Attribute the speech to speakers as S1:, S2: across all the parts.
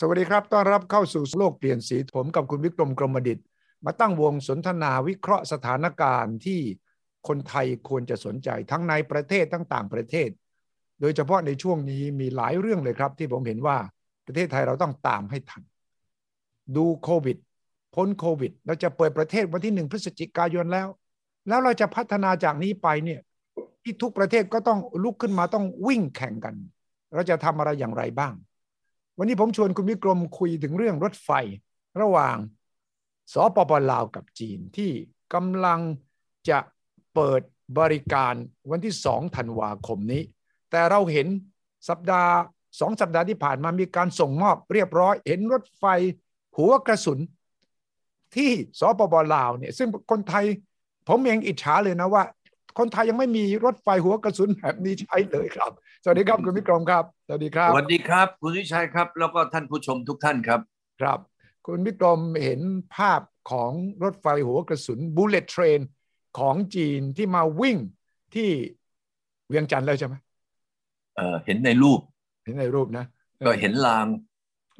S1: สวัสดีครับ ต้อนรับเข้าสู่โลกเปลี่ยนสี ผมกับคุณวิกรมกรมดิต มาตั้งวงสนทนาวิเคราะห์สถานการณ์ที่คนไทยควรจะสนใจทั้งในประเทศทั้งต่างประเทศ โดยเฉพาะในช่วงนี้มีหลายเรื่องเลยครับ ที่ผมเห็นว่าประเทศไทยเราต้องตามให้ทัน ดูโควิด พ้นโควิด เราจะเปิดประเทศวันที่หนึ่งพฤศจิกายนแล้ว แล้วเราจะพัฒนาจากนี้ไปเนี่ยที่ทุกประเทศก็ต้องลุกขึ้นมาต้องวิ่งแข่งกัน เราจะทำอะไรอย่างไรบ้าง วันนี้ผมชวนคุณวิกรมคุยถึงเรื่องรถไฟ ระหว่างสปปลาวกับจีนที่กำลังจะเปิดบริการวันที่2ธันวาคมนี้ แต่เราเห็นสัปดาห์สองสัปดาห์ที่ผ่านมามีการส่งมอบเรียบร้อย เห็นรถไฟหัวกระสุน ที่สปปลาวเนี่ยซึ่งคนไทย ผมเองอิจฉาเลยนะว่า คนไทยยังไม่มีรถไฟหัวกระสุนแบบนี้ใช้เลยครับ สวัสดีครับคุณวิกรมครับสวัสดีครับ
S2: สวัสดีครับ คุณวิชัยครับ แล้วก็ท่านผู้ชมทุกท่านครับ
S1: ครับ คุณวิกรมเห็นภาพของรถไฟหัวกระสุนบูเลตเทรนของจีนที่มาวิ่งที่เวียงจันทร์แล้วใช่ไหม
S2: เอ่อเห็นในรูป
S1: เห็นในรูปนะออ
S2: ก็เห็นลาง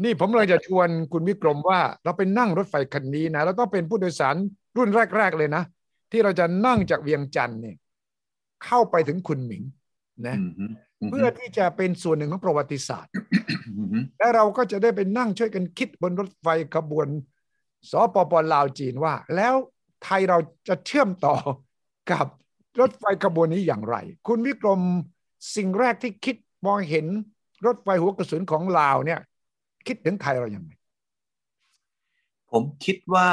S1: นี่ผมเลยจะชวนคุณวิกรมว่าเราไปนั่งรถไฟคันนี้นะแล้วต้องเป็นผู้โดยสารรุ่นแรก ๆ เลยนะ ที่เราจะนั่งจากเวียงจันทร์เนี่ยเข้าไปถึงคุนหมิงนะ
S2: อืมฮึมฮึ
S1: เพื่อที่จะเป็นส่วนหนึ่งของประวัติศาสตร์
S2: มฮึ
S1: และเราก็จะได้ไปนั่งช่วยกันคิดบนรถไฟขบวนสปปลาวจีนว่า แล้วไทยเราจะเชื่อมต่อกับรถไฟขบวนนี้อย่างไร คุณวิกรมสิ่งแรกที่คิดมองเห็นรถไฟหัวกระสุนของลาวเนี่ย คิดถึงไทยเราอย่างไร
S2: ผมคิดว่า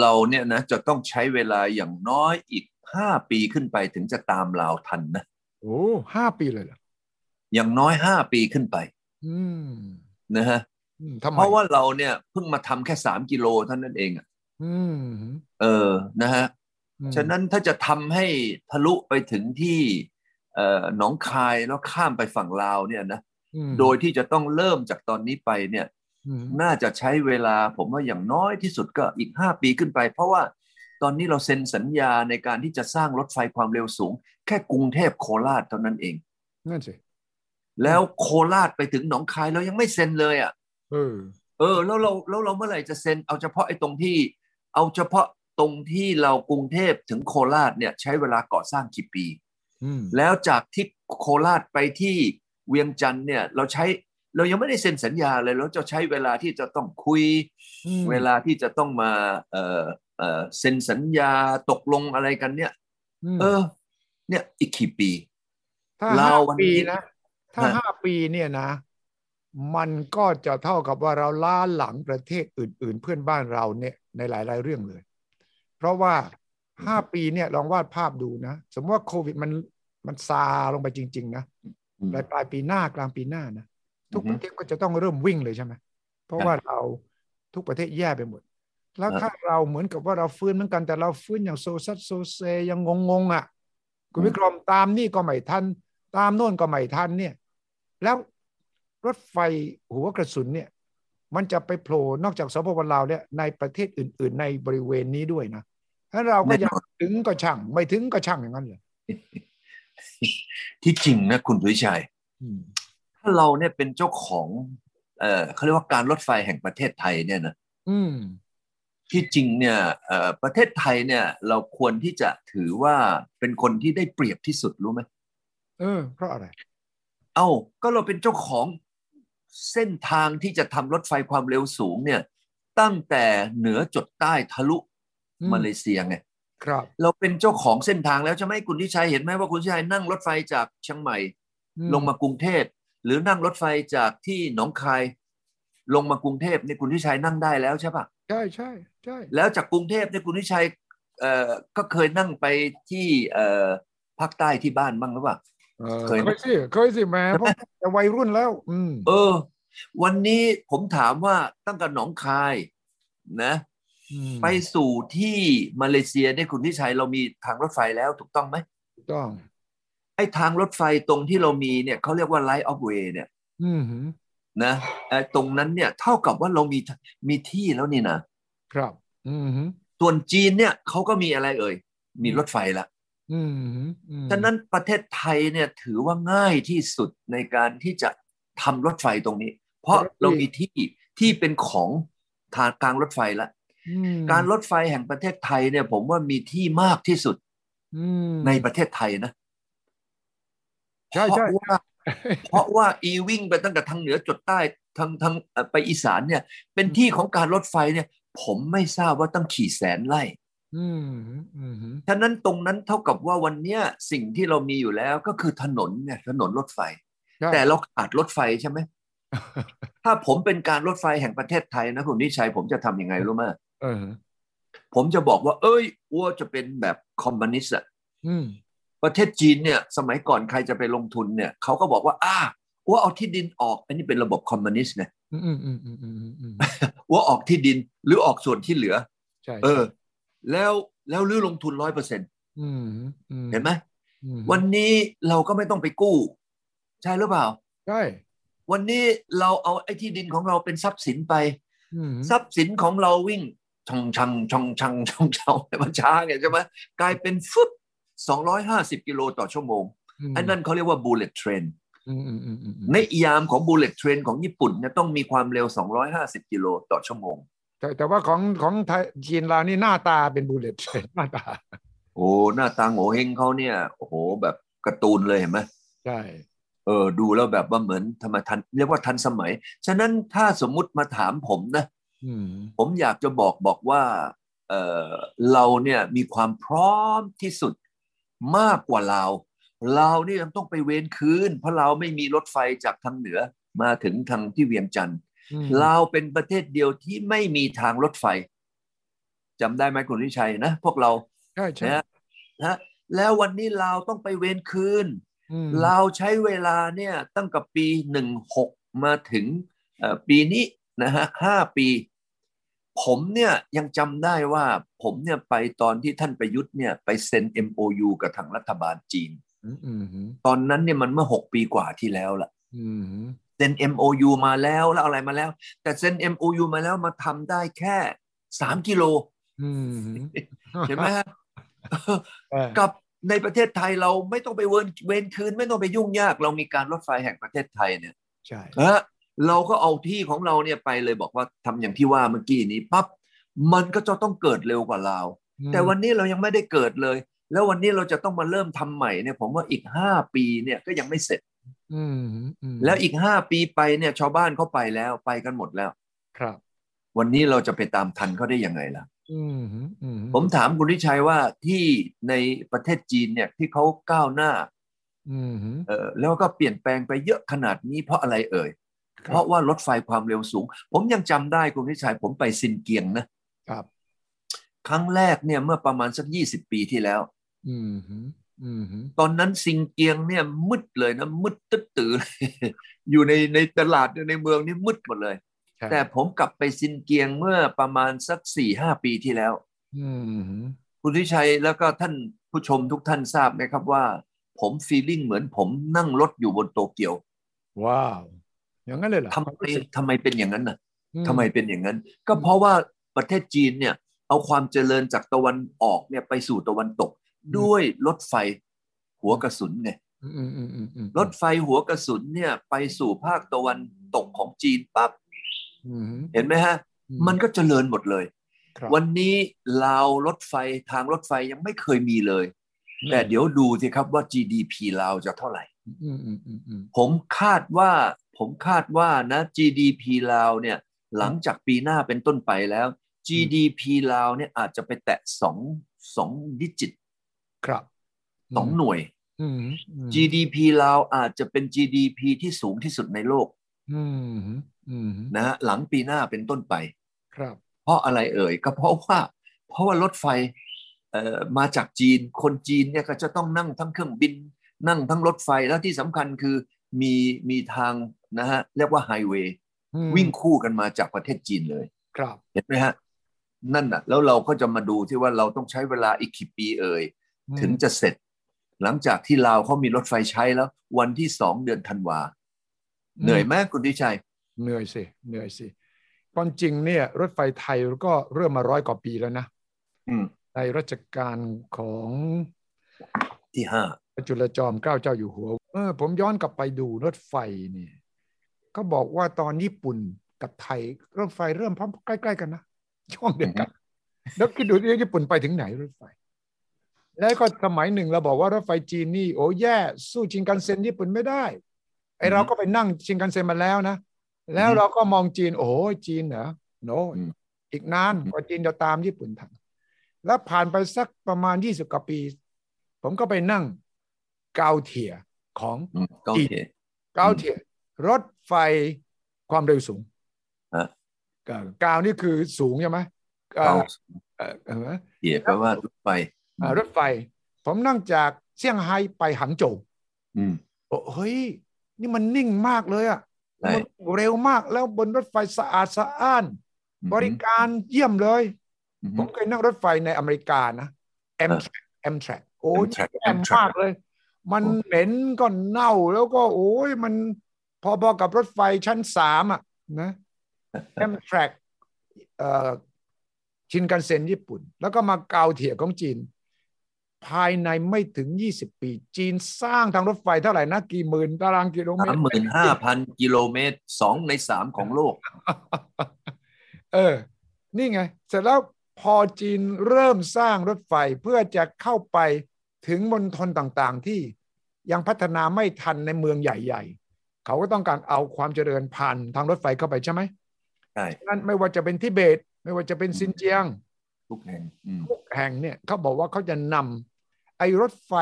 S2: เราเนี่ยนะจะต้องใช้เวลาอย่างน้อยอีกห้าปีขึ้นไปถึงจะตามลาวทันนะ
S1: โอ้ห้าปีเลยเหรอ
S2: อย่างน้อยห้าปีขึ้นไป
S1: อืม
S2: นะฮะ
S1: อืมทำไม
S2: เพราะว่าเราเนี่ยเพิ่งมาทำแค่สามกิโลเท่านั้นเองอะ
S1: อืม
S2: เออ นะฮะ
S1: อืม
S2: ฉะนั้นถ้าจะทำให้ทะลุไปถึงที่เอ่อหนองคายแล้วข้ามไปฝั่งลาวเนี่ยนะ
S1: อืม
S2: โดยที่จะต้องเริ่มจากตอนนี้ไปเนี่ย
S1: อืม
S2: น่าจะใช้เวลาผมว่าอย่างน้อยที่สุดก็อีก 5 ปีขึ้นไป เพราะว่าตอนนี้เราเซ็นสัญญาในการที่จะสร้างรถไฟความเร็วสูง แค่กรุงเทพโคราชเท่านั้นเอง
S1: นั่นสิ
S2: แล้วโคราชไปถึงหนองคายเรายังไม่เซ็นเลยอ่ะ
S1: เออ
S2: เออแล้วเราแล้วเราเมื่อไหร่จะเซ็นเอาเฉพาะไอ้ตรงที่ เอาเฉพาะตรงที่เรากรุงเทพถึงโคราชเนี่ยใช้เวลาก่อสร้างกี่ปี
S1: อืม
S2: แล้วจากที่โคราชไปที่เวียงจันทร์เนี่ยเราใช้เรายังไม่ได้เซ็นสัญญาเลยแล้วจะใช้เวลาที่จะต้องคุย
S1: อืม
S2: เวลาที่จะต้องมาเอ่อเอ่อเซ็นสัญญาตกลงอะไรกันเนี่ย
S1: ม
S2: เออ เนี่ยอีกกี่ปี
S1: ถ้า
S2: เรา
S1: ห้า
S2: วันนี้
S1: ปีนะ ถ้า
S2: ฮะ
S1: ห้าปีเนี่ยนะ มันก็จะเท่ากับว่าเราล้าหลังประเทศอื่น ๆ เพื่อนบ้านเราเนี่ยในหลาย ๆ เรื่องเลย เพราะว่าห้าปีเนี่ยลองวาดภาพดูนะ สมมติว่าโควิดมันมันซาลงไปจริง ๆ นะปลายปลายปีหน้ากลางปีหน้านะ ทุกประเทศก็จะต้องเริ่มวิ่งเลยใช่ไหมเพราะว่าเราทุกประเทศแย่ไปหมด แล้วถ้าเราเหมือนกับว่าเราฟื้นเหมือนกันแต่เราฟื้นอย่างโซซัดโซเซยังงงๆอ่ะคุณวิกรมตามนี่ก็ไม่ทัน ตามโน่นก็ไม่ทันเนี่ย แล้วรถไฟหัวกระสุนเนี่ย มันจะไปโผล่นอกจากสปปลาวเนี่ยในประเทศอื่น ๆ ในบริเวณนี้ด้วยนะถ้าเราก็
S2: แน่นอน
S1: ยังถึงก็ช่าง ไม่ถึงก็ช่างอย่างนั้นเลย
S2: ที่จริงนะคุณวิชัย
S1: อืม
S2: ถ้าเราเนี่ยเป็นเจ้าของเออเขาเรียกว่าการรถไฟแห่งประเทศไทยเนี่ยนะ
S1: อืม
S2: ที่จริงเนี่ยเอ่อประเทศไทยเนี่ยเราควรที่จะถือว่าเป็นคนที่ได้เปรียบที่สุดรู้ไหม
S1: เออ เพราะอะไร
S2: เอ้าก็เราเป็นเจ้าของเส้นทางที่จะทำรถไฟความเร็วสูงเนี่ย ตั้งแต่เหนือจดใต้ทะลุ
S1: อืม
S2: มาเลเซียไง
S1: ครับ
S2: เราเป็นเจ้าของเส้นทางแล้วใช่ไหมคุณทิชัยเห็นไหมว่าคุณทิชัยนั่งรถไฟจากเชียงใหม่
S1: อื
S2: ลงมากรุงเทพหรือนั่งรถไฟจากที่หนองคาย ลงมากรุงเทพเนี่ยคุณทิชัยนั่งได้แล้วใช่ปะ
S1: ใช่ใช่ใช่
S2: แล้วจากกรุงเทพเนี่ยคุณทิชัยเอ่อก็เคยนั่งไปที่เอ่อภาคใต้ที่บ้านบ้างหรือเปล่า
S1: เออ
S2: เคย
S1: เค
S2: นะ
S1: ยสิเคยสิแหม่เพราะจะวัยรุ่นแล้ว อืม
S2: เออ วันนี้ผมถามว่าตั้งแต่หนองคายนะ
S1: อืม
S2: ไปสู่ที่มาเลเซียเนี่ยคุณพิชัยเรามีทางรถไฟแล้วถูกต้องไหม
S1: ถูกต้อง
S2: ไอ้ทางรถไฟตรงที่เรามีเนี่ยเขาเรียกว่า Light of Way เนี่ย
S1: อืม
S2: นะไอ้ตรงนั้นเนี่ยเท่ากับว่าเรามีมีที่แล้วนี่นะครับ
S1: อืม
S2: ส่วนจีนเนี่ยเขาก็มีอะไรเอ่ย มีรถไฟละ
S1: อืมอืม
S2: ฉะนั้นประเทศไทยเนี่ยถือว่าง่ายที่สุดในการที่จะทำรถไฟตรงนี้ เพราะเรามีที่ที่เป็นของทางกลางรถไฟละ
S1: อืม
S2: การรถไฟแห่งประเทศไทยเนี่ย ผมว่ามีที่มากที่สุด
S1: อืม
S2: ในประเทศไทยนะ
S1: ใช่
S2: เพ
S1: ใช่
S2: ราะว่า เพราะว่าอีวิ่งไปตั้งแต่ทางเหนือจดใต้ทางทางเอ่อไปอีสานเนี่ย เป็นที่ของการรถไฟเนี่ย ผมไม่ทราบว่าตั้งขี่แสนไร่
S1: อืมอืมอืม
S2: ฉะนั้นตรงนั้นเท่ากับว่าวันเนี้ยสิ่งที่เรามีอยู่แล้วก็คือถนนเนี่ยถนนรถไฟ
S1: ใช่
S2: แต่เราขาดรถไฟใช่ไหม ถ้าผมเป็นการรถไฟแห่งประเทศไทยนะคุณนิชัยผมจะทำยังไงรู้ไหม
S1: เออ
S2: ผมจะบอกว่า เอ้ยอ้วจะเป็นแบบคอมมิวนิสต์อะ
S1: อืม
S2: ประเทศจีนเนี่ยสมัยก่อนใครจะไปลงทุนเนี่ยเขาก็บอกว่าอ้าอ้วเอาที่ดินออก อันนี้เป็นระบบคอมมิวนิสต์ไง
S1: อืมอืมอืมอืมอืมอืม
S2: อ้วออกที่ดินหรือออกส่วนที่เหลือ
S1: ใช่
S2: เออ แล้วแล้วรื้อลงทุนร้อยเปอร์เซ็นต์
S1: อืมอืม
S2: เห็นไหม
S1: อืม
S2: วันนี้เราก็ไม่ต้องไปกู้ ใช่หรือเปล่า
S1: ใช่
S2: วันนี้เราเอาไอ้ที่ดินของเราเป็นทรัพย์สินไป
S1: อืม
S2: ทรัพย์สินของเราวิ่งชองชังชองชังชองชัง มันช้าไงใช่ไหมกลายเป็นฟึบ250 กิโลต่อชั่วโมง
S1: ม
S2: อันนั้นเขาเรียกว่า bullet train
S1: อืมอืมอืมอืมอืม
S2: ในยามของ bullet train ของญี่ปุ่นเนี่ยต้องมีความเร็ว 250 กิโลต่อชั่วโมง
S1: แต่แต่ว่าของของไทยจีนเรานี่หน้าตาเป็นบูเลต หน้าตา
S2: โอ้หน้าตาโหเฮงเขาเนี่ย โอ้โห แบบการ์ตูนเลยเห็นไหม
S1: ใช่
S2: เออดูแล้วแบบว่าเหมือนธรรมทันเรียกว่าทันสมัย ฉะนั้นถ้าสมมุติมาถามผมนะ
S1: อืม
S2: ผมอยากจะบอกบอกว่าเอ่อเราเนี่ยมีความพร้อมที่สุดมากกว่าเราวเราวนี่ยังต้องไปเวนคืน เพราะเราวไม่มีรถไฟจากทางเหนือมาถึงทางที่เวียงจันทร์
S1: อืม
S2: เราวเป็นประเทศเดียวที่ไม่มีทางรถไฟจำได้ไหมคุณวิชัยนะ พวกเรา
S1: ใช่ใช่
S2: นะฮะแล้ววันนี้เราวต้องไปเวนคืน
S1: อืม
S2: เราวใช้เวลาเนี่ยตั้งแต่ปี 16 มาถึงเอ่อปีนี้นะฮะห้าปี ผมเนี่ยยังจำได้ว่าผมเนี่ยไปตอนที่ท่านประยุทธ์เนี่ยไปเซ็น MOU กับทางรัฐบาลจีน
S1: อืมอืมอืม
S2: ตอนนั้นเนี่ยมันเมื่อ 6 ปีกว่าที่แล้วล่ะ
S1: อืม
S2: เซ็น MOU มาแล้วแล้วอะไรมาแล้ว แต่เซ็น MOU มาแล้วมาทำได้แค่ 3 กิโล
S1: อืม
S2: เห็นไหม ฮะ
S1: เออ
S2: กับในประเทศไทยเราไม่ต้องไปเวนเวนคืน ไม่ต้องไปยุ่งยาก เรามีการรถไฟแห่งประเทศไทยเนี่ย
S1: ใช่
S2: เออเราก็เอาที่ของเราเนี่ยไปเลยบอกว่าทำอย่างที่ว่าเมื่อกี้นี้ปั๊บมันก็จะต้องเกิดเร็วกว่าเรา แต่วันนี้เรายังไม่ได้เกิดเลย แล้ววันนี้เราจะต้องมาเริ่มทำใหม่เนี่ยผมว่าอีก 5 ปีเนี่ยก็ยังไม่เสร็จ
S1: อืมอืม
S2: แล้วอีก 5 ปีไปเนี่ยชาวบ้านเขาไปแล้วไปกันหมดแล้ว
S1: ครับ
S2: วันนี้เราจะไปตามทันเขาได้ยังไงล่ะ
S1: อืมอืม
S2: ผมถามคุณทิชัยว่าที่ในประเทศจีนเนี่ยที่เขาก้าวหน้า
S1: อืม
S2: เออแล้วก็เปลี่ยนแปลงไปเยอะขนาดนี้เพราะอะไรเอ่ย
S1: ครับ
S2: เพราะว่ารถไฟความเร็วสูง ผมยังจำได้คุณทิชัยผมไปซินเกียงนะครับ ครั้งแรกเนี่ยเมื่อประมาณสัก 20 ปีที่แล้ว
S1: อืมอืม
S2: ตอนนั้นซินเกียงเนี่ยมืดเลยนะมืดตึ๊ดตื่น อยู่ ในในตลาดในเมืองนี่มืดหมดเลย
S1: ใช่
S2: แต่ผมกลับไปซินเกียงเมื่อประมาณสัก4ี่ห้าปีที่แล้ว
S1: อืม
S2: คุณทิชัยแล้วก็ท่านผู้ชมทุกท่านทราบไหมครับว่า ผมฟีลลิ่งเหมือนผมนั่งรถอยู่บนโตเกียว
S1: ว้าว อย่างนั้นเลยเหรอ
S2: ทำไมทำไมเป็นอย่างนั้นน่ะ
S1: อื
S2: ทำไมเป็นอย่างนั้น ก็เพราะว่าประเทศจีนเนี่ยเอาความเจริญจากตะวันออกเนี่ยไปสู่ตะวันตก ด้วยรถไฟหัวกระสุนไง
S1: อืมอืมอืมอืมอืม
S2: รถไฟหัวกระสุนเนี่ยไปสู่ภาคตะวันตกของจีนปั๊บ
S1: อืม
S2: เห็นไหมฮะ มันก็เจริญหมดเลย
S1: ครับ
S2: วันนี้ลาวรถไฟทางรถไฟยังไม่เคยมีเลย แต่เดี๋ยวดูสิครับว่า GDP ลาวจะเท่าไหร่
S1: อืมอืมอืมอืม
S2: ผมคาดว่าผมคาดว่านะ GDP ลาวเนี่ยหลังจากปีหน้าเป็นต้นไปแล้ว GDP ลาวเนี่ยอาจจะไปแตะสองสองดิจิต
S1: ครับ
S2: สองหน่วย
S1: อืม
S2: GDP ลาวอาจจะเป็น GDP ที่สูงที่สุดในโลก
S1: อืมอืม
S2: นะฮะหลังปีหน้าเป็นต้นไป
S1: ครับ
S2: เพราะอะไรเอ่ยก็เพราะว่าเพราะว่ารถไฟเอ่อมาจากจีนคนจีนเนี่ยก็จะต้องนั่งทั้งเครื่องบิน นั่งทั้งรถไฟแล้วที่สำคัญคือมีมีทางนะฮะเรียกว่าไฮเวย์ วิ่งคู่กันมาจากประเทศจีนเลย
S1: ครับ
S2: เห็นไหมฮะ นั่นน่ะ แล้วเราก็จะมาดูที่ว่าเราต้องใช้เวลาอีกกี่ปีเอ่ยถึงจะเสร็จ หลังจากที่ลาวเขามีรถไฟใช้แล้ว วันที่สองเดือนธันวา
S1: อืม
S2: เหนื่อยไหมคุณทิชัย
S1: เหนื่อยสิเหนื่อยสิความจริงเนี่ย รถไฟไทยก็เริ่มมาร้อยกว่าปีแล้วนะ
S2: อืม
S1: ในรัชกาลของ
S2: ที่ห้า
S1: จุลจอมเกล้าเจ้าอยู่หัวเออผมย้อนกลับไปดูรถไฟเนี่ย ก็บอกว่าตอนญี่ปุ่นกับไทยรถไฟเริ่มพร้อมใกล้ๆกันนะช่วงเดียวกันแล้วคิดดูที่ญี่ปุ่นไปถึงไหนรถไฟ แล้วก็สมัยหนึ่งเราบอกว่ารถไฟจีนนี่โอ้แย่สู้ชินกันเซ็นญี่ปุ่นไม่ได้ไอเราก็ไปนั่งชินกันเซ็นมาแล้วนะ แล้วเราก็มองจีน โอ้ยจีนเหรอโน
S2: อืม
S1: อีกนานกว่าจีนจะตามญี่ปุ่นทันแล้วผ่านไปสักประมาณยี่สิบกว่าปี ผมก็ไปนั่งเกาเทียของ
S2: อืมก็โอเค
S1: เกาเทียรถไฟความเร็วสูง
S2: ฮะ
S1: เอ่อเกาวนี่คือสูงใช่ไหมเอ่อ
S2: เกา
S1: เอ่อเอ่อ
S2: เทียแปลว่ารถไฟ
S1: อ่ารถไฟ ผมนั่งจากเซี่ยงไฮ้ไปหังโจว
S2: อืม
S1: โอ้เฮ้ย นี่มันนิ่งมากเลยอะ
S2: ใช่
S1: มันเร็วมากแล้วบนรถไฟสะอาดสะอ้าน บริการเยี่ยมเลย
S2: อืม
S1: ผมเคยนั่งรถไฟในอเมริกานะ m t r a c m t r a c โอ้ย
S2: Amtrak
S1: แย่
S2: Amtrak
S1: มากเลย มัน
S2: โอ้
S1: เหม็นก็เน่าแล้วก็โอ้ยมันพอๆกับรถไฟชั้นสามอ่ะนะ m t r a c เอ่อชินกันเซ็นญี่ปุ่น แล้วก็มาเกาเถียของจีน ภายในไม่ถึง 20 ปี จีนสร้างทางรถไฟเท่าไหร่นะ กี่หมื่นตารางกิโลเม
S2: สา
S1: ต
S2: ม
S1: ร
S2: หมื่นห้าพันกิโลเมตรสองในสามของโลก
S1: เออ นี่ไง เสร็จแล้วพอจีนเริ่มสร้างรถไฟเพื่อจะเข้าไปถึงมณฑลต่างๆ ที่ยังพัฒนาไม่ทันในเมืองใหญ่ๆ เขาก็ต้องการเอาความเจริญผ่านทางรถไฟเข้าไปใช่ไหม
S2: ใช่
S1: นั่นไม่ว่าจะเป็นทิเบต ไม่ว่าจะเป็นซินเจียง
S2: ทุกแห่งอืม
S1: ทุกแห่งเนี่ยเขาบอกว่าเขาจะนำไอ้รถไฟ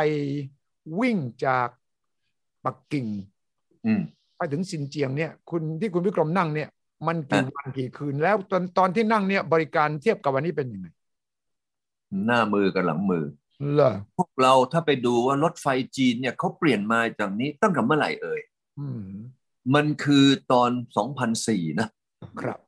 S1: วิ่งจากปักกิ่ง
S2: อืม
S1: ไปถึงซินเจียงเนี่ยคุณที่คุณวิกรมนั่งเนี่ย มันกี่วันกี่คืนแล้วตอนตอนที่นั่งเนี่ยบริการเทียบกับวันนี้เป็นยังไง
S2: หน้ามือกับหลังมือ
S1: เหรอ
S2: พวกเราถ้าไปดูว่ารถไฟจีนเนี่ยเขาเปลี่ยนมาจากนี้ตั้งแต่เมื่อไหร่เอ่ย
S1: อืม
S2: มันคือตอน 2004 นะ
S1: ครับ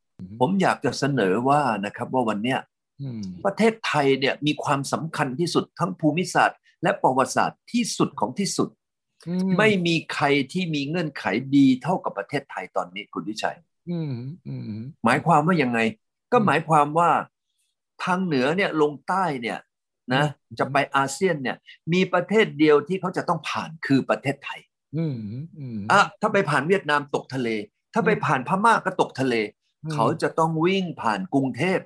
S2: ผมอยากจะเสนอว่านะครับว่าวันเนี้ย
S1: อืม
S2: ประเทศไทยเนี่ยมีความสำคัญที่สุดทั้งภูมิศาสตร์ และประวัติศาสตร์ที่สุดของที่สุด
S1: อื
S2: ไม่มีใครที่มีเงื่อนไขดีเท่ากับประเทศไทยตอนนี้คุณวิชัย
S1: อืมอืม
S2: หมายความว่ายังไง ก็
S1: อืม
S2: หมายความว่าทางเหนือเนี่ยลงใต้เนี่ยนะจะไปอาเซียนเนี่ยมีประเทศเดียวที่เขาจะต้องผ่านคือประเทศไทย
S1: อืมอืม
S2: อ่ะถ้าไปผ่านเวียดนามตกทะเล ถ้าไปผ่านพม่าก็ตกทะเล เขาจะต้องวิ่งผ่านกรุงเทพ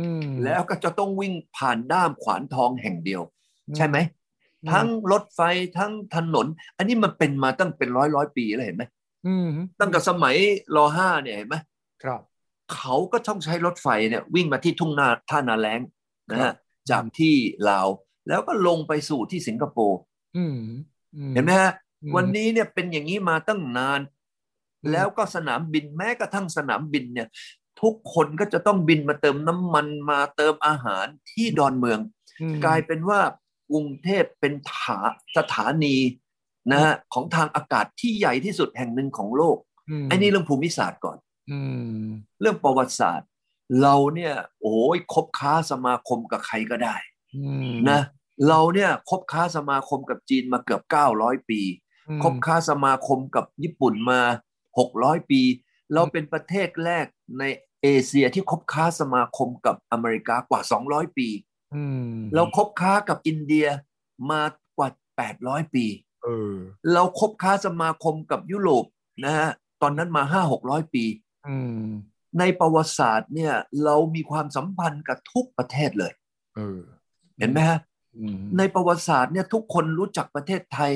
S1: อืม
S2: แล้วก็จะต้องวิ่งผ่านด้ามขวานทองแห่งเดียว ใช่ไหม
S1: อืม
S2: ทั้งรถไฟทั้งถนน อันนี้มันเป็นมาตั้งเป็นร้อยร้อยปีแล้วเห็นไหม
S1: อืม
S2: ตั้งแต่สมัยรห้าเนี่ยเห็นไหม
S1: ครับ
S2: เขาก็ต้องใช้รถไฟเนี่ยวิ่งมาที่ทุ่งนาท่านาแล้งนะ
S1: ครั
S2: ฮะ
S1: บ
S2: จากที่ลาว แล้วก็ลงไปสู่ที่สิงคโปร์
S1: อืมอื
S2: เห็นไหมฮะ
S1: อืม
S2: วันนี้เนี่ยเป็นอย่างนี้มาตั้งนาน
S1: อืม
S2: แล้วก็สนามบินแม้กระทั่งสนามบินเนี่ย ทุกคนก็จะต้องบินมาเติมน้ำมันมาเติมอาหารที่ดอนเมือง
S1: อืม
S2: กลายเป็นว่ากรุงเทพเป็นฐานสถานีนะฮะของทางอากาศที่ใหญ่ที่สุดแห่งหนึ่งของโลก
S1: ม
S2: ไอ้นี่เรื่องภูมิศาสตร์ก่อน
S1: อืม
S2: เรื่องประวัติศาสตร์ เราเนี่ยโอ้ยคบค้าสมาคมกับใครก็ได้
S1: อืม
S2: นะเราเนี่ยคบค้าสมาคมกับจีนมาเกือบ 900 ปี
S1: อืม
S2: คบค้าสมาคมกับญี่ปุ่นมา 600 ปี เราเป็นประเทศแรกในเอเชียที่คบค้าสมาคมกับอเมริกากว่า 200 ปี
S1: อืม
S2: เราคบค้ากับอินเดียมากว่า 800 ปี
S1: เออ
S2: เราคบค้าสมาคมกับยุโรปนะฮะตอนนั้นมา 5-600 ปี
S1: อืม
S2: ในประวัติศาสตร์เนี่ยเรามีความสัมพันธ์กับทุกประเทศเลย
S1: เออ
S2: เห็นไหมฮะ
S1: อืม
S2: ในประวัติศาสตร์เนี่ยทุกคนรู้จักประเทศไทย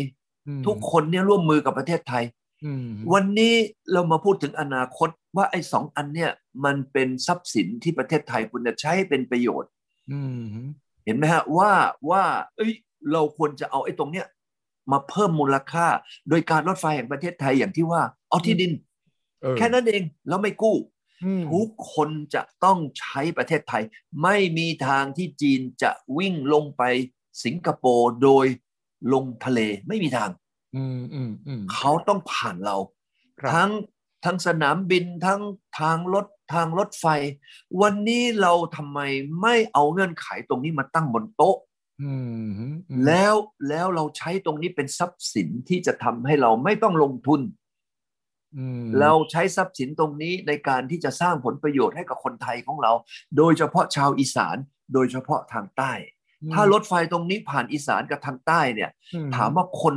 S1: อืม
S2: ทุกคนเนี่ยร่วมมือกับประเทศไทย
S1: อืม
S2: วันนี้เรามาพูดถึงอนาคตว่าไอ้สองอันเนี่ยมันเป็นทรัพย์สินที่ประเทศไทยคุณจะใช้ให้เป็นประโยชน์
S1: อืม
S2: เห็นไหมฮะว่าว่าเอ้ยเราควรจะเอาไอ้ตรงเนี้ยมาเพิ่มมูลค่า โดยการรถไฟแห่งประเทศไทยอย่างที่ว่าเอาที่ดิน
S1: เออ
S2: แค่นั้นเองแล้วไม่กู้
S1: อืม
S2: ทุกคนจะต้องใช้ประเทศไทย ไม่มีทางที่จีนจะวิ่งลงไปสิงคโปร์โดยลงทะเลไม่มีทาง
S1: อืมอืมอืม
S2: เขาต้องผ่านเรา
S1: ครับ
S2: ทั้งทั้งสนามบินทั้งทางรถทางรถไฟ วันนี้เราทำไมไม่เอาเงื่อนไขตรงนี้มาตั้งบนโต๊ะ
S1: อืมอืม
S2: แล้วแล้วเราใช้ตรงนี้เป็นทรัพย์สินที่จะทำให้เราไม่ต้องลงทุน
S1: อืม
S2: เราใช้ทรัพย์สินตรงนี้ในการที่จะสร้างผลประโยชน์ให้กับคนไทยของเรา โดยเฉพาะชาวอีสาน โดยเฉพาะทางใต้ ถ้ารถไฟตรงนี้ผ่านอีสานกับทางใต้เนี่ย
S1: อื
S2: ถามว่าคน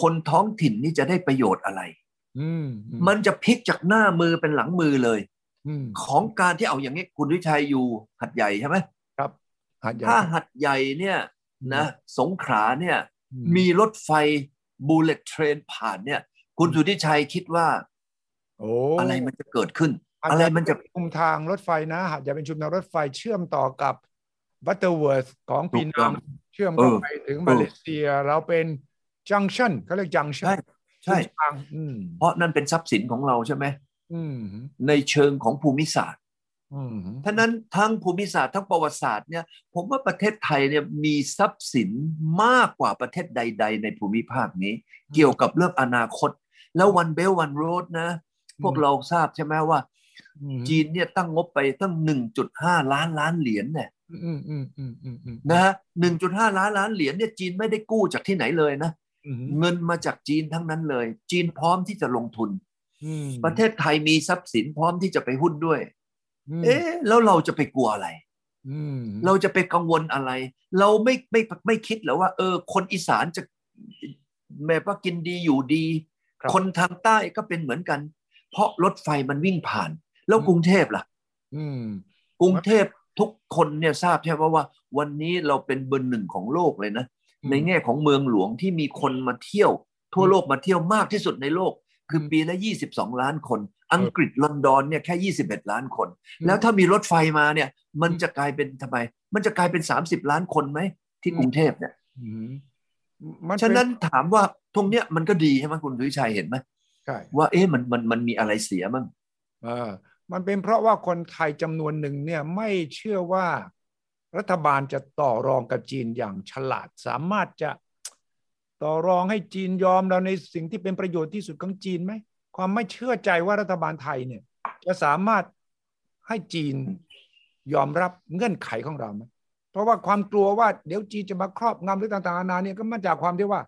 S2: คนท้องถิ่นนี่จะได้ประโยชน์อะไร
S1: อืมอื
S2: มันจะพลิกจากหน้ามือเป็นหลังมือเลย
S1: อืม
S2: ของการที่เอาอย่างนี้คุณวิชัยอยู่หัดใหญ่ใช่ไหม
S1: หาดใหญ่
S2: ถ้าหัดใหญ่เนี่ยนะสงขลาเนี่ย
S1: อื
S2: มีรถไฟบูเลตเทรนผ่านเนี่ย คุณสุทธิชัยคิดว่า
S1: โอ้
S2: อะไรมันจะเกิดขึ้น
S1: หาด
S2: อะ
S1: ให
S2: ไร
S1: ญ่
S2: มันจะ
S1: เป็ชุมทางรถไฟนะหาดใหญ่เป็นชุมทางรถไฟเชื่อมต่อกับบัตเตอร์เวิร์ธของ
S2: ถู
S1: ปี
S2: กต้
S1: นา
S2: อง
S1: มเชื่อมเข้า
S2: เออ
S1: ไปถึงมาเลเซีย เราเป็นจังชันเขาเรียกจังชั
S2: ใช่
S1: น
S2: ใช่
S1: ทางอืม
S2: เพราะนั่นเป็นทรัพย์สินของเราใช่ไหม
S1: อืม
S2: ในเชิงของภูมิศาสตร์
S1: อืม
S2: ท่านั้นทั้งภูมิศาสตร์ทั้งประวัติศาสตร์เนี่ยผมว่าประเทศไทยเนี่ยมีทรัพย์สินมากกว่าประเทศใด ๆ ในภูมิภาคนี้ เกี่ยวกับเรื่องอนาคต แล้ววันเบลวันโรดนะ พวกเราทราบใช่ไหมว่า
S1: อืม
S2: จีนเนี่ยตั้งงบไปตั้ง 1.5 ล้านล้านเหรียญเนี่ย
S1: อืมอืมอืมอืมอืม
S2: นะฮะ1.5 ล้านล้านเหรียญเนี่ยจีนไม่ได้กู้จากที่ไหนเลยนะ
S1: อืม
S2: เงินมาจากจีนทั้งนั้นเลย จีนพร้อมที่จะลงทุน
S1: อืม
S2: ประเทศไทยมีทรัพย์สินพร้อมที่จะไปหุ้นด้วย
S1: ม
S2: เอ๊ะแล้วเราจะไปกลัวอะไร
S1: อืม
S2: เราจะไปกังวลอะไร เราไม่ไม่ไม่คิดเหรอว่า เออ คนอีสานจะแบบว่ากินดีอยู่ดี
S1: ครับ
S2: คนทางใต้ก็เป็นเหมือนกัน เพราะรถไฟมันวิ่งผ่าน แล้ว
S1: อืม
S2: กรุงเทพล่ะ
S1: อืม
S2: กรุงเทพทุกคนเนี่ยทราบใช่ไหมว่าวันนี้เราเป็นเบอร์หนึ่งของโลกเลยนะ
S1: อืม
S2: ในแง่ของเมืองหลวงที่มีคนมาเที่ยว ทั่ว
S1: อืม
S2: โลกมาเที่ยวมากที่สุดในโลก คือ
S1: ม
S2: ปีละ 22 ล้านคน อังกฤษลอนดอนเนี่ยแค่ 21 ล้านคน
S1: อืม
S2: แล้วถ้ามีรถไฟมาเนี่ย มัน
S1: อืม
S2: จะกลายเป็นทำไม มันจะกลายเป็น 30 ล้านคนไหมที่
S1: อืม
S2: กรุงเทพเนี่ย
S1: อืมมัเป็
S2: ฉะนั้นถามว่าตรงเนี้ยมันก็ดีใช่ไหมคุณสุวิชัยเห็นไหม
S1: ใช่
S2: ว่าเอ๊ะมันมันมันมีอะไรเสียมั้ง
S1: เออมันเป็นเพราะว่าคนไทยจำนวนหนึ่งเนี่ยไม่เชื่อว่ารัฐบาลจะต่อรองกับจีนอย่างฉลาด สามารถจะต่อรองให้จีนยอมเราในสิ่งที่เป็นประโยชน์ที่สุดของจีนไหม ความไม่เชื่อใจว่ารัฐบาลไทยเนี่ย จะสามารถให้จีนยอมรับเงื่อนไขของเราไหมเพราะว่าความกลัวว่าเดี๋ยวจีนจะมาครอบงำหรือต่างๆนานาเนี่ยก็มาจากความที่ว่า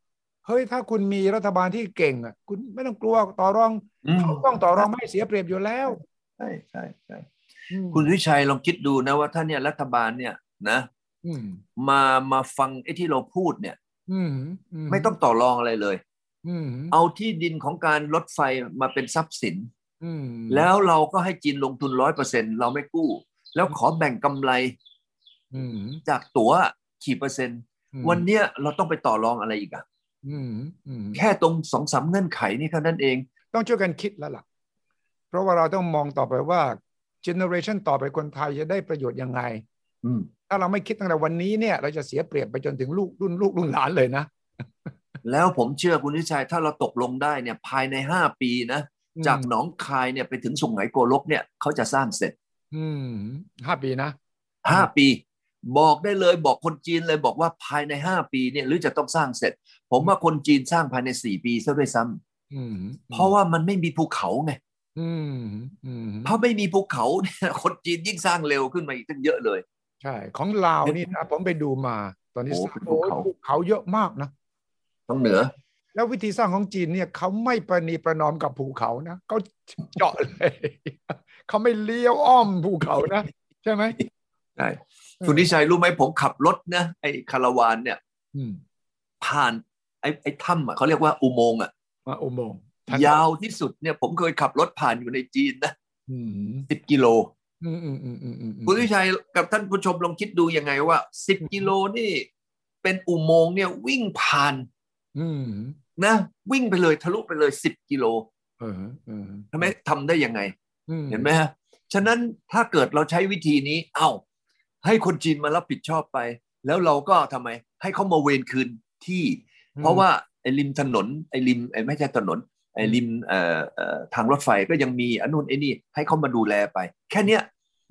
S1: เฮ้ยถ้าคุณมีรัฐบาลที่เก่งอ่ะคุณไม่ต้องกลัวต่อรอง
S2: อืม
S1: เขาต้องต่อรองไม่ให้เสียเปรียบอยู่แล้ว
S2: ใช่ใช่ใช่
S1: อืม
S2: คุณสุวิชัยลองคิดดูนะว่าถ้าเนี่ยรัฐบาลเนี่ยนะ
S1: อืม
S2: มามาฟังไอ้ที่เราพูดเนี่ย
S1: อืม
S2: ไม่ต้องต่อรองอะไรเลย
S1: อืม
S2: เอาที่ดินของการรถไฟมาเป็นทรัพย์สิน
S1: อืม
S2: แล้วเราก็ให้จีนลงทุนร้อยเปอร์เซ็นเราไม่กู้ แล้วขอแบ่งกำไร
S1: อืม
S2: จากตั๋วกี่เปอร์เซ็นต์ วันเนี้ยเราต้องไปต่อรองอะไรอีกอะ
S1: อืมอืม
S2: แค่ตรงสองสามเงื่อนไขนี่เท่านั้นเอง
S1: ต้องช่วยกันคิดแล้วล่ะ เพราะว่าเราต้องมองต่อไปว่าเจเนอเรชันต่อไปคนไทยจะได้ประโยชน์ยังไง
S2: อืม
S1: ถ้าเราไม่คิดตั้งแต่วันนี้เนี่ย เราจะเสียเปรียบไปจนถึงลูกรุ่นลูกรุ่นหลานเลยนะ
S2: แล้วผมเชื่อคุณวิชัยถ้าเราตกลงได้เนี่ยภายในห้าปีนะ จากหนองคายเนี่ยไปถึงสุไหงโกลกเนี่ยเขาจะสร้างเสร็จ
S1: อืมห้าปีนะ
S2: ห้าปี บอกได้เลยบอกคนจีนเลยบอกว่าภายในห้าปีเนี่ยหรือจะต้องสร้างเสร็จ ผมว่าคนจีนสร้างภายในสี่ปีซะด้วยซ้ำ
S1: อืม
S2: เพราะว่ามันไม่มีภูเขาไง
S1: อืมอืม
S2: เพราะไม่มีภูเขาเนี่ย คนจีนยิ่งสร้างเร็วขึ้นมาอีกตั้งเยอะเลย
S1: ใช่ ของลาวนี่นะผมไปดูมา ตอนนี้
S2: โอ้
S1: สร้าง
S2: เป็นภู
S1: โอ้ย
S2: เขา
S1: ภูเขาเยอะมากนะ
S2: ทางเหนือ
S1: แล้ววิธีสร้างของจีนเนี่ยเขาไม่ประนีประนอมกับภูเขานะเขาเจาะเลย เขาไม่เลี้ยวอ้อมภูเขานะ ใช่ไหม
S2: ใช่
S1: เออ
S2: คุณทิชัยรู้ไหมผมขับรถนะไอ้คาราวานเนี่ย
S1: อืม
S2: ผ่านไอ้ไอ้ถ้ำอ่ะเขาเรียกว่าอุโมงค์อ่ะ
S1: มาอุโมงค์
S2: ยาวที่สุดเนี่ยผมเคยขับรถผ่านอยู่ในจีนนะ
S1: อืม
S2: สิบกิโล
S1: อืมอืมอืมอืมอืมอืม
S2: คุณวิชัยกับท่านผู้ชมลองคิดดูยังไงว่า 10 กิโลนี่เป็นอุโมงค์เนี่ยวิ่งผ่าน
S1: อืม
S2: นะ วิ่งไปเลยทะลุไปเลย 10 กิโล
S1: เออเออ
S2: ทำไมทำได้ยังไง
S1: อื
S2: เห็นไหมฮะฉะนั้นถ้าเกิดเราใช้วิธีนี้ เอ้า ให้คนจีนมารับผิดชอบไป แล้วเราก็ทำไม ให้เขามาเวรคืนที่
S1: อืม
S2: เพราะว่าไอ้ริมถนนไอ้ริมไอ้ไม่ใช่ถนนไอ้ริมเอ่อเอ่อทางรถไฟก็ยังมีอนนุนไอ้นี่ให้เขามาดูแลไป แค่เนี้ย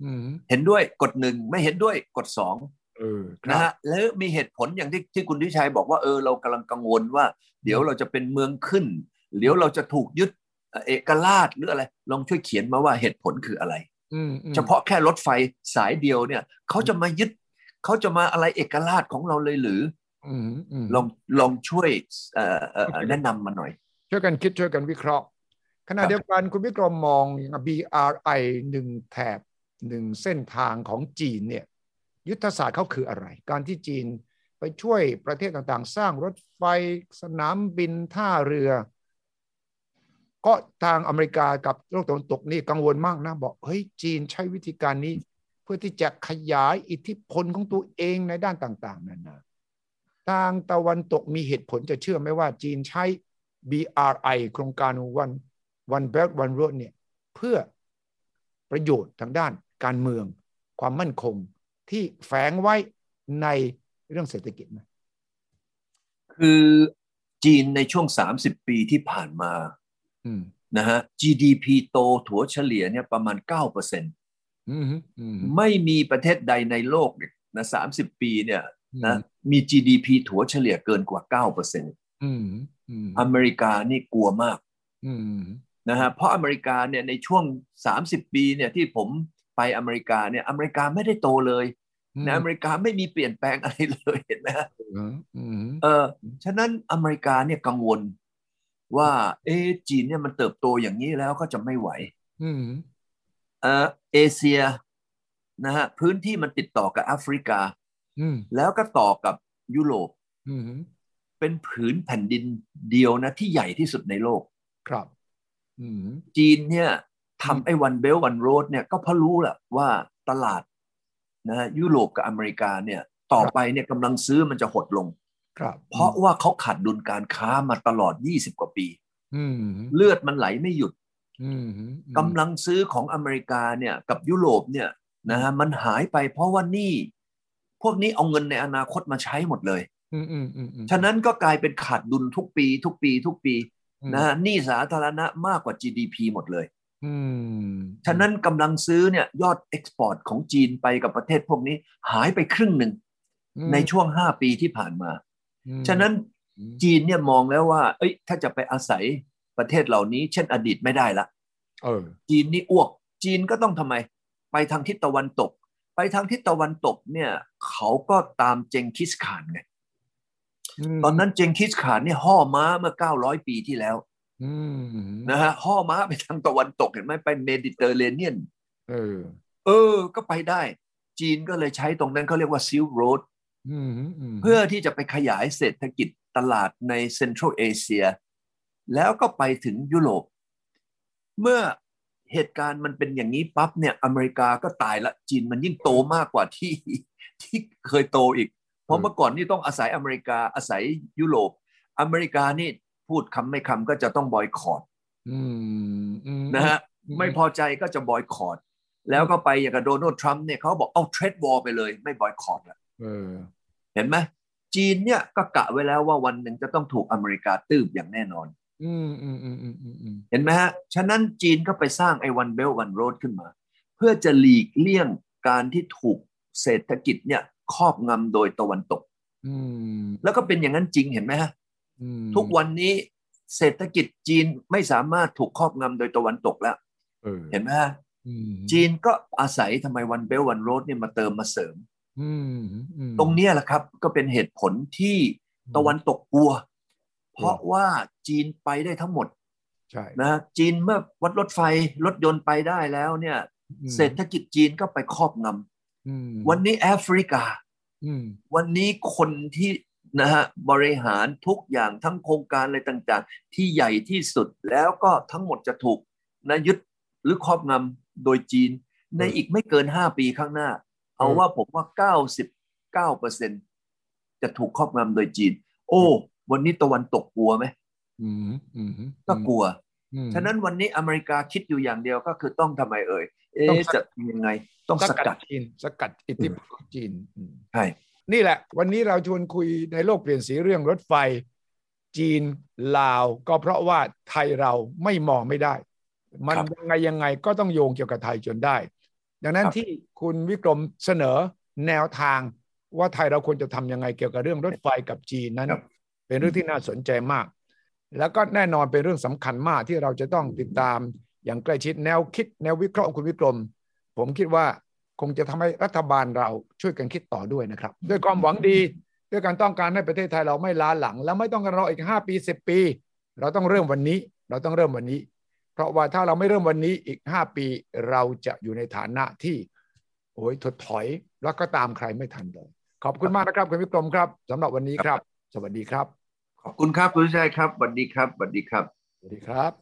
S1: อืม
S2: เห็นด้วยกดหนึ่งไม่เห็นด้วยกดสอง
S1: เออค
S2: นะ
S1: รับ
S2: ฮะแล้วมีเหตุผลอย่างที่ที่คุณทิชัยบอกว่าเออเรากำลังกังวลว่า เดี๋ยวเราจะเป็นเมืองขึ้น เดี๋ยวเราจะถูกยึดเอ่อเอกราชหรืออะไร ลองช่วยเขียนมาว่าเหตุผลคืออะไร
S1: อืมอืม
S2: เฉพาะแค่รถไฟสายเดียวเนี่ยเขาจะมายึดเขาจะมาอะไรเอกราชของเราเลยหรือ
S1: อืมอืม
S2: ลองลองช่วยเอ่อเอ่อเอ่อแนะนำมาหน่อย
S1: ช่วยกันคิดช่วยกันวิเคราะห์ ขณะ
S2: ครับ
S1: เดียวกันคุณวิกรมมอง BRI หนึ่งแถบหนึ่งเส้นทางของจีนเนี่ยยุทธศาสตร์เขาคืออะไร การที่จีนไปช่วยประเทศต่างๆ สร้างรถไฟสนามบินท่าเรือ ก็ทางอเมริกากับโลกตะวันตกนี่กังวลมากนะ บอกเฮ้ยจีนใช้วิธีการนี้ เพื่อที่จะขยายอิทธิพลของตัวเองในด้านต่าง ๆนานาทางตะวันตกมีเหตุผลจะเชื่อไหมว่าจีนใช้ BRI โครงการ One One Belt One Road เนี่ยเพื่อประโยชน์ทางด้านการเมืองความมั่นคงที่แฝงไว้ในเรื่องเศรษฐกิจนะ
S2: คือจีนในช่วง 30 ปีที่ผ่านมา
S1: อืม
S2: นะฮะ GDP โตถัวเฉลี่ยเนี่ยประมาณ 9%
S1: อืมอืม
S2: ไม่มีประเทศใดในโลกเนี่ยนะ30 ปีเนี่ยนะ
S1: นะ
S2: มี GDP ถัวเฉลี่ยเกินกว่า 9%อ
S1: อืมอืม
S2: เมริกานี่กลัวมาก
S1: อืม
S2: นะฮะเพราะอเมริกาเนี่ยในช่วง 30 ปีเนี่ยที่ผมไปอเมริกาเนี่ยอเมริกาไม่ได้โตเลยนะอเมริกาไม่มีเปลี่ยนแปลงอะไรเลย เห็นไหมฮะ
S1: อืม
S2: เออฉะนั้นอเมริกาเนี่ยกังวลว่าเอะจีนเนี่ยมันเติบโตอย่างนี้แล้วก็จะไม่ไหว
S1: อืม
S2: เออเอเชียนะฮะพื้นที่มันติดต่อกับแอฟริกา
S1: อืม
S2: แล้วก็ต่อกับยุโรป
S1: อืม
S2: เป็นผืนแผ่นดินเดียวนะที่ใหญ่ที่สุดในโลก
S1: ครับอืม
S2: จีนเนี่ย
S1: อืม
S2: ทำไอ้วันเบลวันโรดเนี่ยก็เพราะรู้แหละว่าตลาดนะฮะยุโรปกับอเมริกาเนี่ยต่อไปเนี่ยกำลังซื้อมันจะหดลง
S1: ครับ
S2: เพราะว่าเขาขาดดุลการค้ามาตลอด 20 กว่าปี
S1: อืม
S2: เลือดมันไหลไม่หยุด
S1: อืม
S2: กำลังซื้อของอเมริกาเนี่ยกับยุโรปเนี่ยนะฮะมันหายไปเพราะว่าหนี่ พวกนี้เอาเงินในอนาคตมาใช้หมดเลย
S1: อืมอืมอืม
S2: ฉะนั้นก็กลายเป็นขาดดุลทุกปีทุกปีทุกปีนะฮะหนี้สาธารณะมากกว่า GDP หมดเลย
S1: อืม
S2: ฉะนั้นกำลังซื้อเนี่ยยอดเอ็กซ์พอร์ตของจีนไปกับประเทศพวกนี้หายไปครึ่งหนึ่งในช่วง 5 ปีที่ผ่านมา ฉะนั้นจีนเนี่ยมองแล้วว่า เอ้ยถ้าจะไปอาศัยประเทศเหล่านี้ เช่นอดีตไม่ได้ละ
S1: เออ
S2: จีนนี่อ้วก จีนก็ต้องทำไม ไปทางทิศตะวันตก ไปทางทิศตะวันตกเนี่ยเขาก็ตามเจงคิสขานไง ตอนนั้นเจงคิสขานเนี่ยห่อม้าเมื่อ 900 ปีที่แล้ว
S1: อืม
S2: นะฮะห่อม้าไปทางตะวันตกเห็นไหมไปเมดิเตอร์เรเนียน
S1: เออ
S2: เออ ก็ไปได้ จีนก็เลยใช้ตรงนั้นเขาเรียกว่าซิลโรด
S1: อืมม
S2: เพื่อที่จะไปขยายเศรษฐกิจตลาดในเซ็นทรัลเอเชีย แล้วก็ไปถึงยุโรป เมื่อเหตุการณ์มันเป็นอย่างนี้ปั๊บเนี่ยอเมริกาก็ตายละจีนมันยิ่งโตมากกว่าที่ ที่เคยโตอีก เพราะเมื่อก่อนนี่ต้องอาศัยอเมริกาอาศัยยุโรป อเมริกานี่พูดคำไม่คำก็จะต้องบอยคอรด
S1: อืมอืม
S2: นะฮะไม่พอใจก็จะบอยคอรดแล้วก็ไปอย่างกับโดนัลด์ทรัมป์เนี่ยเขาบอกเอาเทรดวอลไปเลยไม่บอยคอรดละ
S1: เออ
S2: เห็นไหมจีนเนี่ยก็กะไว้แล้วว่าวันหนึ่งจะต้องถูกอเมริกาตืบอย่างแน่นอน
S1: อืมอืมอืมอืมอืมอืม
S2: เห็นไหมฮะ ฉะนั้นจีนก็ไปสร้างไอ้วันเบลวันโรดขึ้นมา เพื่อจะหลีกเลี่ยงการที่ถูกเศรษฐกิจเนี่ยครอบงำโดยตะวันตก
S1: อืม
S2: แล้วก็เป็นอย่างนั้นจริงเห็นไหมฮะ
S1: อืม
S2: ทุกวันนี้เศรษฐกิจจีนไม่สามารถถูกครอบงำโดยตะวันตกแล้ว
S1: เออ
S2: เห็นไหมฮะ
S1: อืม
S2: จีนก็อาศัยทำไมวันเบลวันโรดเนี่ยมาเติมมาเสริม
S1: อืมอืม
S2: ตรงเนี้ยแหละครับก็เป็นเหตุผลที่ตะวันตกกลัว เพราะว่าจีนไปได้ทั้งหมด
S1: ใช่
S2: นะจีนเมื่อวัดรถไฟรถยนต์ไปได้แล้วเนี่ย
S1: อืม
S2: เศรษฐกิจจีนก็ไปครอบง
S1: อืม
S2: ำวันนี้แอฟริกา
S1: อืม
S2: วันนี้คนที่นะฮะบริหารทุกอย่างทั้งโครงการอะไรต่างๆ ที่ใหญ่ที่สุดแล้วก็ทั้งหมดจะถูกนะยึดหรือครอบงำโดยจีน ในอีกไม่เกิน 5 ปีข้างหน้า เอาว่าผมว่า 99%จะถูกครอบงำโดยจีน โอ้ วันนี้ตะวันตกกลัวไหม
S1: อืมอืม
S2: ก็กลัว
S1: อืม
S2: ฉะนั้นวันนี้อเมริกาคิดอยู่อย่างเดียวก็คือต้องทำไมเอ่ย
S1: ต้อง
S2: เอ๊ะ
S1: สกัด
S2: จะทำยังไงต้องสกัด
S1: จีนสกัดอิทธิพลของจีนอืม
S2: ใช่
S1: นี่แหละ วันนี้เราชวนคุยในโลกเปลี่ยนสีเรื่องรถไฟ จีนลาว ก็เพราะว่าไทยเราไม่มองไม่ได้ มัน
S2: ครับ
S1: ยังไงยังไงก็ต้องโยงเกี่ยวกับไทยจนได้ ดังนั้น
S2: ครับ
S1: ที่คุณวิกรมเสนอแนวทางว่าไทยเราควรจะทำยังไงเกี่ยวกับเรื่องรถไฟกับจีนนั้น เป็นเรื่องที่น่าสนใจมาก แล้วก็แน่นอนเป็นเรื่องสำคัญมากที่เราจะต้องติดตามอย่างใกล้ชิดแนวคิดแนววิเคราะห์ของคุณวิกรม ผมคิดว่าคงจะทำให้รัฐบาลเราช่วยกันคิดต่อด้วยนะครับ ด้วยความหวังดี ด้วยการต้องการให้ประเทศไทยเราไม่ล้าหลัง และไม่ต้องรออีก 5 ปี 10 ปี เราต้องเริ่มวันนี้ เราต้องเริ่มวันนี้ เพราะว่าถ้าเราไม่เริ่มวันนี้อีก 5 ปีเราจะอยู่ในฐานะที่ โอ้ยถดถอยแล้วก็ตามใครไม่ทันเลย ขอบคุณมากนะครับคุณวิกรมครับสำหรับวันนี้ครับ สวัสดีครับ
S2: ขอบคุณครับคุณวิชัยครับสวัสดีครับสวัสดีครับ
S1: สวัสดีครับ